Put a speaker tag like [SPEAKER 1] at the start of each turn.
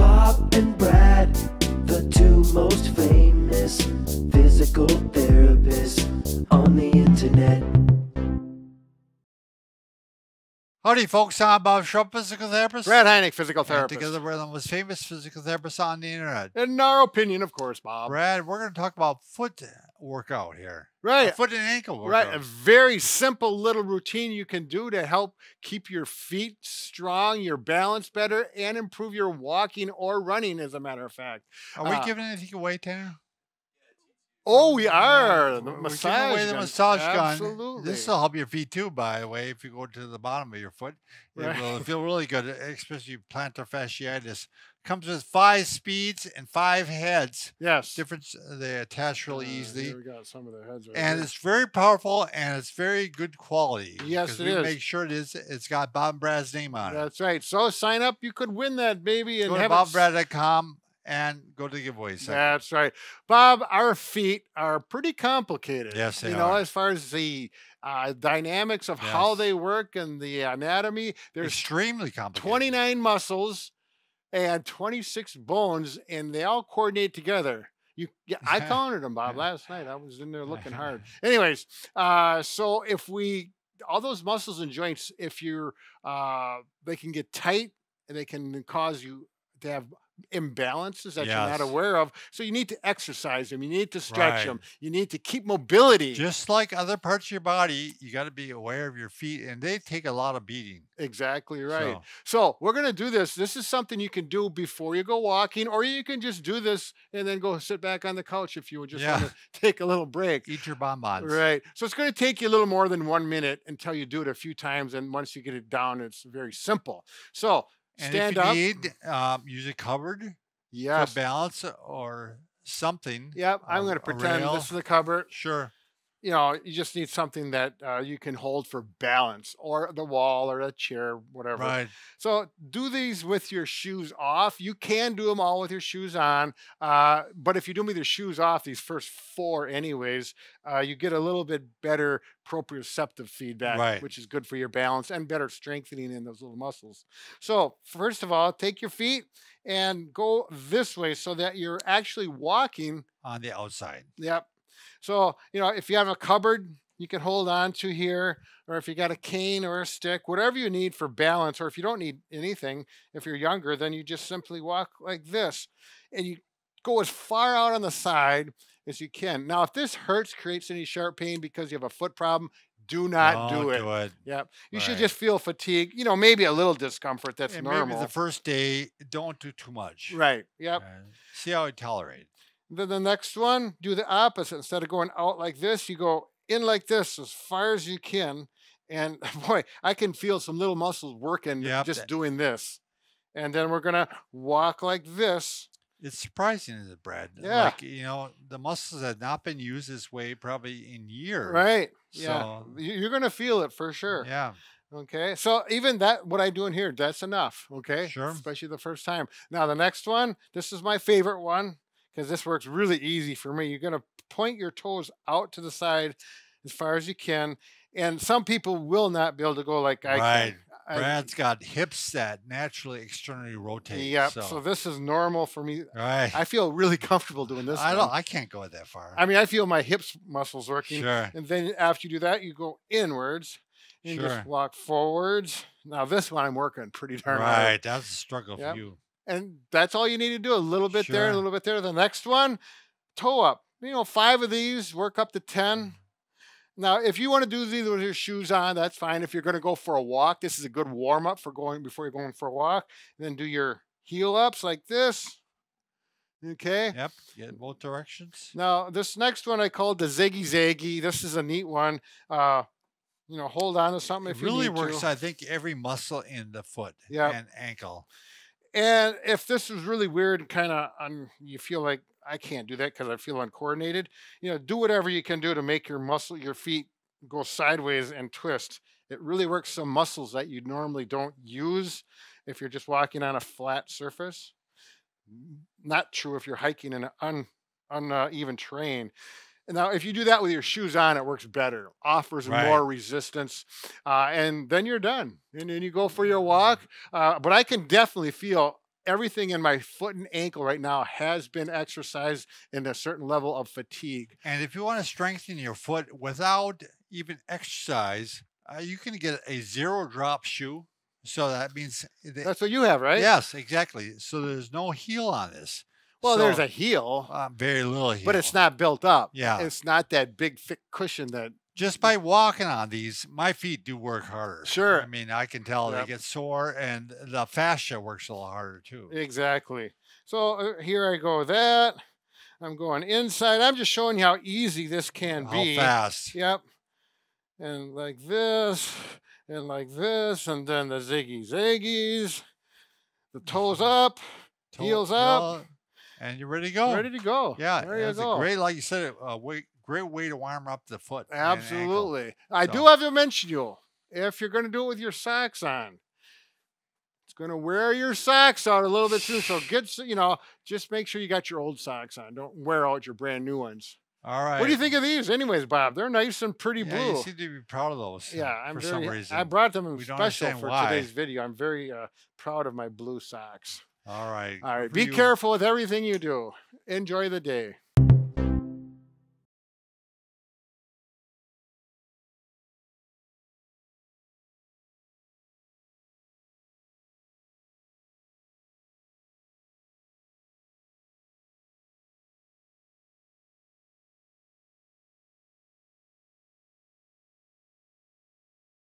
[SPEAKER 1] Bob and Brad, the two most famous physical therapists on the internet.
[SPEAKER 2] Howdy, folks. I'm Bob Schrupp, physical therapist.
[SPEAKER 3] Brad Heineck, physical
[SPEAKER 2] and
[SPEAKER 3] therapist.
[SPEAKER 2] together, we're the most famous physical therapists on the internet.
[SPEAKER 3] In our opinion, of course, Bob.
[SPEAKER 2] Brad, we're going to talk about foot workout here.
[SPEAKER 3] Right.
[SPEAKER 2] Foot and ankle workout.
[SPEAKER 3] Right. A very simple little routine you can do to help keep your feet strong, your balance better, and improve your walking or running, as a matter of fact.
[SPEAKER 2] Are we
[SPEAKER 3] uh,
[SPEAKER 2] giving anything away, Tanner?
[SPEAKER 3] Oh, we
[SPEAKER 2] Yeah,
[SPEAKER 3] are. The
[SPEAKER 2] we're giving
[SPEAKER 3] massage
[SPEAKER 2] away the
[SPEAKER 3] gun.
[SPEAKER 2] massage gun.
[SPEAKER 3] Absolutely.
[SPEAKER 2] This will help your feet too, by the way. If you go to the bottom of your foot, it
[SPEAKER 3] Right.
[SPEAKER 2] will feel really good, especially plantar fasciitis. Comes with five speeds and five heads.
[SPEAKER 3] yes.
[SPEAKER 2] Different, they attach really
[SPEAKER 3] Uh,
[SPEAKER 2] easily.
[SPEAKER 3] here We got some of their heads right
[SPEAKER 2] and
[SPEAKER 3] here.
[SPEAKER 2] it's very powerful and it's very good quality.
[SPEAKER 3] Yes,
[SPEAKER 2] 'cause
[SPEAKER 3] it
[SPEAKER 2] we
[SPEAKER 3] is.
[SPEAKER 2] Make sure it is. It's got Bob and Brad's name on it.
[SPEAKER 3] That's right. So sign up. You could win that baby and
[SPEAKER 2] Go to
[SPEAKER 3] have it s-
[SPEAKER 2] bobbrad.com and go to the giveaway section.
[SPEAKER 3] That's right. Bob, our feet are pretty complicated.
[SPEAKER 2] Yes, they
[SPEAKER 3] You know,
[SPEAKER 2] are.
[SPEAKER 3] as far as the uh, dynamics of how
[SPEAKER 2] Yes.
[SPEAKER 3] they work and the anatomy, there's
[SPEAKER 2] extremely complicated.
[SPEAKER 3] 29 muscles and 26 bones, and they all coordinate together. You, yeah, I counted them, Bob, last night. I was in there looking hard. Anyways, uh, so if we all those muscles and joints, if you're uh, they can get tight and they can cause you to have imbalances that you're
[SPEAKER 2] Yes.
[SPEAKER 3] not aware of. So you need to exercise them. You need to stretch
[SPEAKER 2] Right.
[SPEAKER 3] them. You need to keep mobility.
[SPEAKER 2] Just like other parts of your body, you got to be aware of your feet, and they take a lot of beating.
[SPEAKER 3] exactly right.
[SPEAKER 2] So,
[SPEAKER 3] So we're gonna do this. This is something you can do before you go walking, or you can just do this and then go sit back on the couch if you would just
[SPEAKER 2] Yeah.
[SPEAKER 3] want to take a little break.
[SPEAKER 2] eat your bonbons.
[SPEAKER 3] Right. So it's gonna take you a little more than one minute until you do it a few times, and once you get it down, it's very simple. So
[SPEAKER 2] And
[SPEAKER 3] stand
[SPEAKER 2] if you
[SPEAKER 3] up.
[SPEAKER 2] need, um, use a cupboard
[SPEAKER 3] yes.
[SPEAKER 2] for balance or something.
[SPEAKER 3] Yep. I'm
[SPEAKER 2] a- a
[SPEAKER 3] gonna pretend
[SPEAKER 2] rail.
[SPEAKER 3] this is the cupboard.
[SPEAKER 2] Sure.
[SPEAKER 3] You know, you just need something that uh, you can hold for balance, or the wall, or a chair, whatever.
[SPEAKER 2] Right.
[SPEAKER 3] So do these with your shoes off. You can do them all with your shoes on, uh, but if you do them with your shoes off, these first four, anyways, uh, you get a little bit better proprioceptive feedback,
[SPEAKER 2] Right.
[SPEAKER 3] which is good for your balance and better strengthening in those little muscles. So first of all, take your feet and go this way so that you're actually walking
[SPEAKER 2] On the outside.
[SPEAKER 3] Yep. So, you know, if you have a cupboard you can hold on to here, or if you got a cane or a stick, whatever you need for balance, or if you don't need anything, if you're younger, then you just simply walk like this and you go as far out on the side as you can. Now, if this hurts, creates any sharp pain because you have a foot problem, do not
[SPEAKER 2] Don't
[SPEAKER 3] do it.
[SPEAKER 2] Oh, Do it.
[SPEAKER 3] Yep. You should
[SPEAKER 2] Right.
[SPEAKER 3] just feel fatigue, you know, maybe a little discomfort. That's
[SPEAKER 2] and
[SPEAKER 3] normal.
[SPEAKER 2] maybe the first day, don't do too much.
[SPEAKER 3] right. Yep.
[SPEAKER 2] Uh, See how it tolerates.
[SPEAKER 3] Then the next one, do the opposite. Instead of going out like this, you go in like this as far as you can. And boy, I can feel some little muscles working
[SPEAKER 2] Yep.
[SPEAKER 3] just doing this. And then we're gonna walk like this.
[SPEAKER 2] It's surprising, is it, Brad?
[SPEAKER 3] Yeah.
[SPEAKER 2] Like, you know, the muscles have not been used this way probably in years.
[SPEAKER 3] Right. Yeah.
[SPEAKER 2] So-
[SPEAKER 3] You- You're gonna feel it for sure.
[SPEAKER 2] Yeah.
[SPEAKER 3] Okay. So even that what I do in here, that's enough. Okay.
[SPEAKER 2] Sure.
[SPEAKER 3] Especially the first time. Now the next one, this is my favorite one because this works really easy for me. You're gonna point your toes out to the side as far as you can. And some people will not be able to go like I
[SPEAKER 2] Right.
[SPEAKER 3] can. I-
[SPEAKER 2] Brad's got hips that naturally externally rotate.
[SPEAKER 3] Yep.
[SPEAKER 2] So,
[SPEAKER 3] So. this is normal for me.
[SPEAKER 2] right.
[SPEAKER 3] I feel really comfortable doing this.
[SPEAKER 2] I
[SPEAKER 3] one.
[SPEAKER 2] don't. I can't go that far.
[SPEAKER 3] I mean, I feel my hips muscles working.
[SPEAKER 2] sure.
[SPEAKER 3] And then after you do that, you go inwards and
[SPEAKER 2] Sure.
[SPEAKER 3] just walk forwards. Now this one I'm working pretty darn hard.
[SPEAKER 2] Right. That's a struggle
[SPEAKER 3] Yep.
[SPEAKER 2] for you.
[SPEAKER 3] and that's all you need to do. A little bit there,
[SPEAKER 2] Sure.
[SPEAKER 3] a little bit there. The next one, toe up. You know, five of these, work up to
[SPEAKER 2] Mm.
[SPEAKER 3] ten. Now, if you want to do these with your shoes on, that's fine. If you're going to go for a walk, this is a good warm up for going before you're going for a walk. then do your heel ups like this. Okay.
[SPEAKER 2] Yep. Get in both directions.
[SPEAKER 3] Now, this next one I called the ziggy zaggy. This is a neat one. Uh, you know, hold on to something
[SPEAKER 2] It
[SPEAKER 3] if
[SPEAKER 2] really
[SPEAKER 3] you need
[SPEAKER 2] works.
[SPEAKER 3] to.
[SPEAKER 2] I think every muscle in the foot
[SPEAKER 3] Yep.
[SPEAKER 2] and ankle.
[SPEAKER 3] And if this is really weird and kind of un- you feel like I can't do that because I feel uncoordinated, you know, do whatever you can do to make your muscle, your feet go sideways and twist. It really works some muscles that you normally don't use if you're just walking on a flat surface. N- Not true if you're hiking in an un- uneven terrain. Now, if you do that with your shoes on, it works better, offers
[SPEAKER 2] Right.
[SPEAKER 3] more resistance,
[SPEAKER 2] Mm.
[SPEAKER 3] uh, and then you're done. And then you go for your walk. Uh, but I can definitely feel everything in my foot and ankle right now has been exercised in a certain level of fatigue.
[SPEAKER 2] And if you want to strengthen your foot without even exercise, uh, you can get a zero drop shoe. So that means the-
[SPEAKER 3] That's what you have, right?
[SPEAKER 2] yes, exactly. So there's no heel on this.
[SPEAKER 3] Well, there's
[SPEAKER 2] So,
[SPEAKER 3] a heel,
[SPEAKER 2] uh, very little heel.
[SPEAKER 3] but it's not built up.
[SPEAKER 2] Yeah.
[SPEAKER 3] It's not that big, thick cushion that
[SPEAKER 2] just by walking on these, my feet do work harder.
[SPEAKER 3] Sure.
[SPEAKER 2] I mean, I can tell
[SPEAKER 3] Yep.
[SPEAKER 2] they get sore, and the fascia works a little harder too.
[SPEAKER 3] Exactly. So uh, here I go with that. I'm going inside. I'm just showing you how easy this can
[SPEAKER 2] How
[SPEAKER 3] be.
[SPEAKER 2] fast?
[SPEAKER 3] Yep. And like this, and like this, and then the ziggy ziggies, the toes up,
[SPEAKER 2] Toe-
[SPEAKER 3] heels up,
[SPEAKER 2] heel, and you're ready to go.
[SPEAKER 3] ready to go.
[SPEAKER 2] Yeah,
[SPEAKER 3] there you
[SPEAKER 2] it's
[SPEAKER 3] go.
[SPEAKER 2] a great, like you said, a way, great way to warm up the foot. and ankle.
[SPEAKER 3] Absolutely. I do
[SPEAKER 2] So-
[SPEAKER 3] have to mention you if you're going to do it with your socks on. It's going to wear your socks out a little bit too. So get, s- you know, just make sure you got your old socks on. Don't wear out your brand new ones.
[SPEAKER 2] All right.
[SPEAKER 3] What do you think of these, anyways, Bob? They're nice and pretty
[SPEAKER 2] yeah,
[SPEAKER 3] blue.
[SPEAKER 2] You seem to be proud of those. uh,
[SPEAKER 3] yeah, I'm
[SPEAKER 2] for
[SPEAKER 3] very.
[SPEAKER 2] some reason.
[SPEAKER 3] I brought them in
[SPEAKER 2] We don't
[SPEAKER 3] special
[SPEAKER 2] understand
[SPEAKER 3] for
[SPEAKER 2] why.
[SPEAKER 3] today's video. I'm very uh, proud of my blue socks.
[SPEAKER 2] All right.
[SPEAKER 3] All
[SPEAKER 2] good
[SPEAKER 3] right,
[SPEAKER 2] for
[SPEAKER 3] be
[SPEAKER 2] you.
[SPEAKER 3] careful with everything you do. Enjoy the day.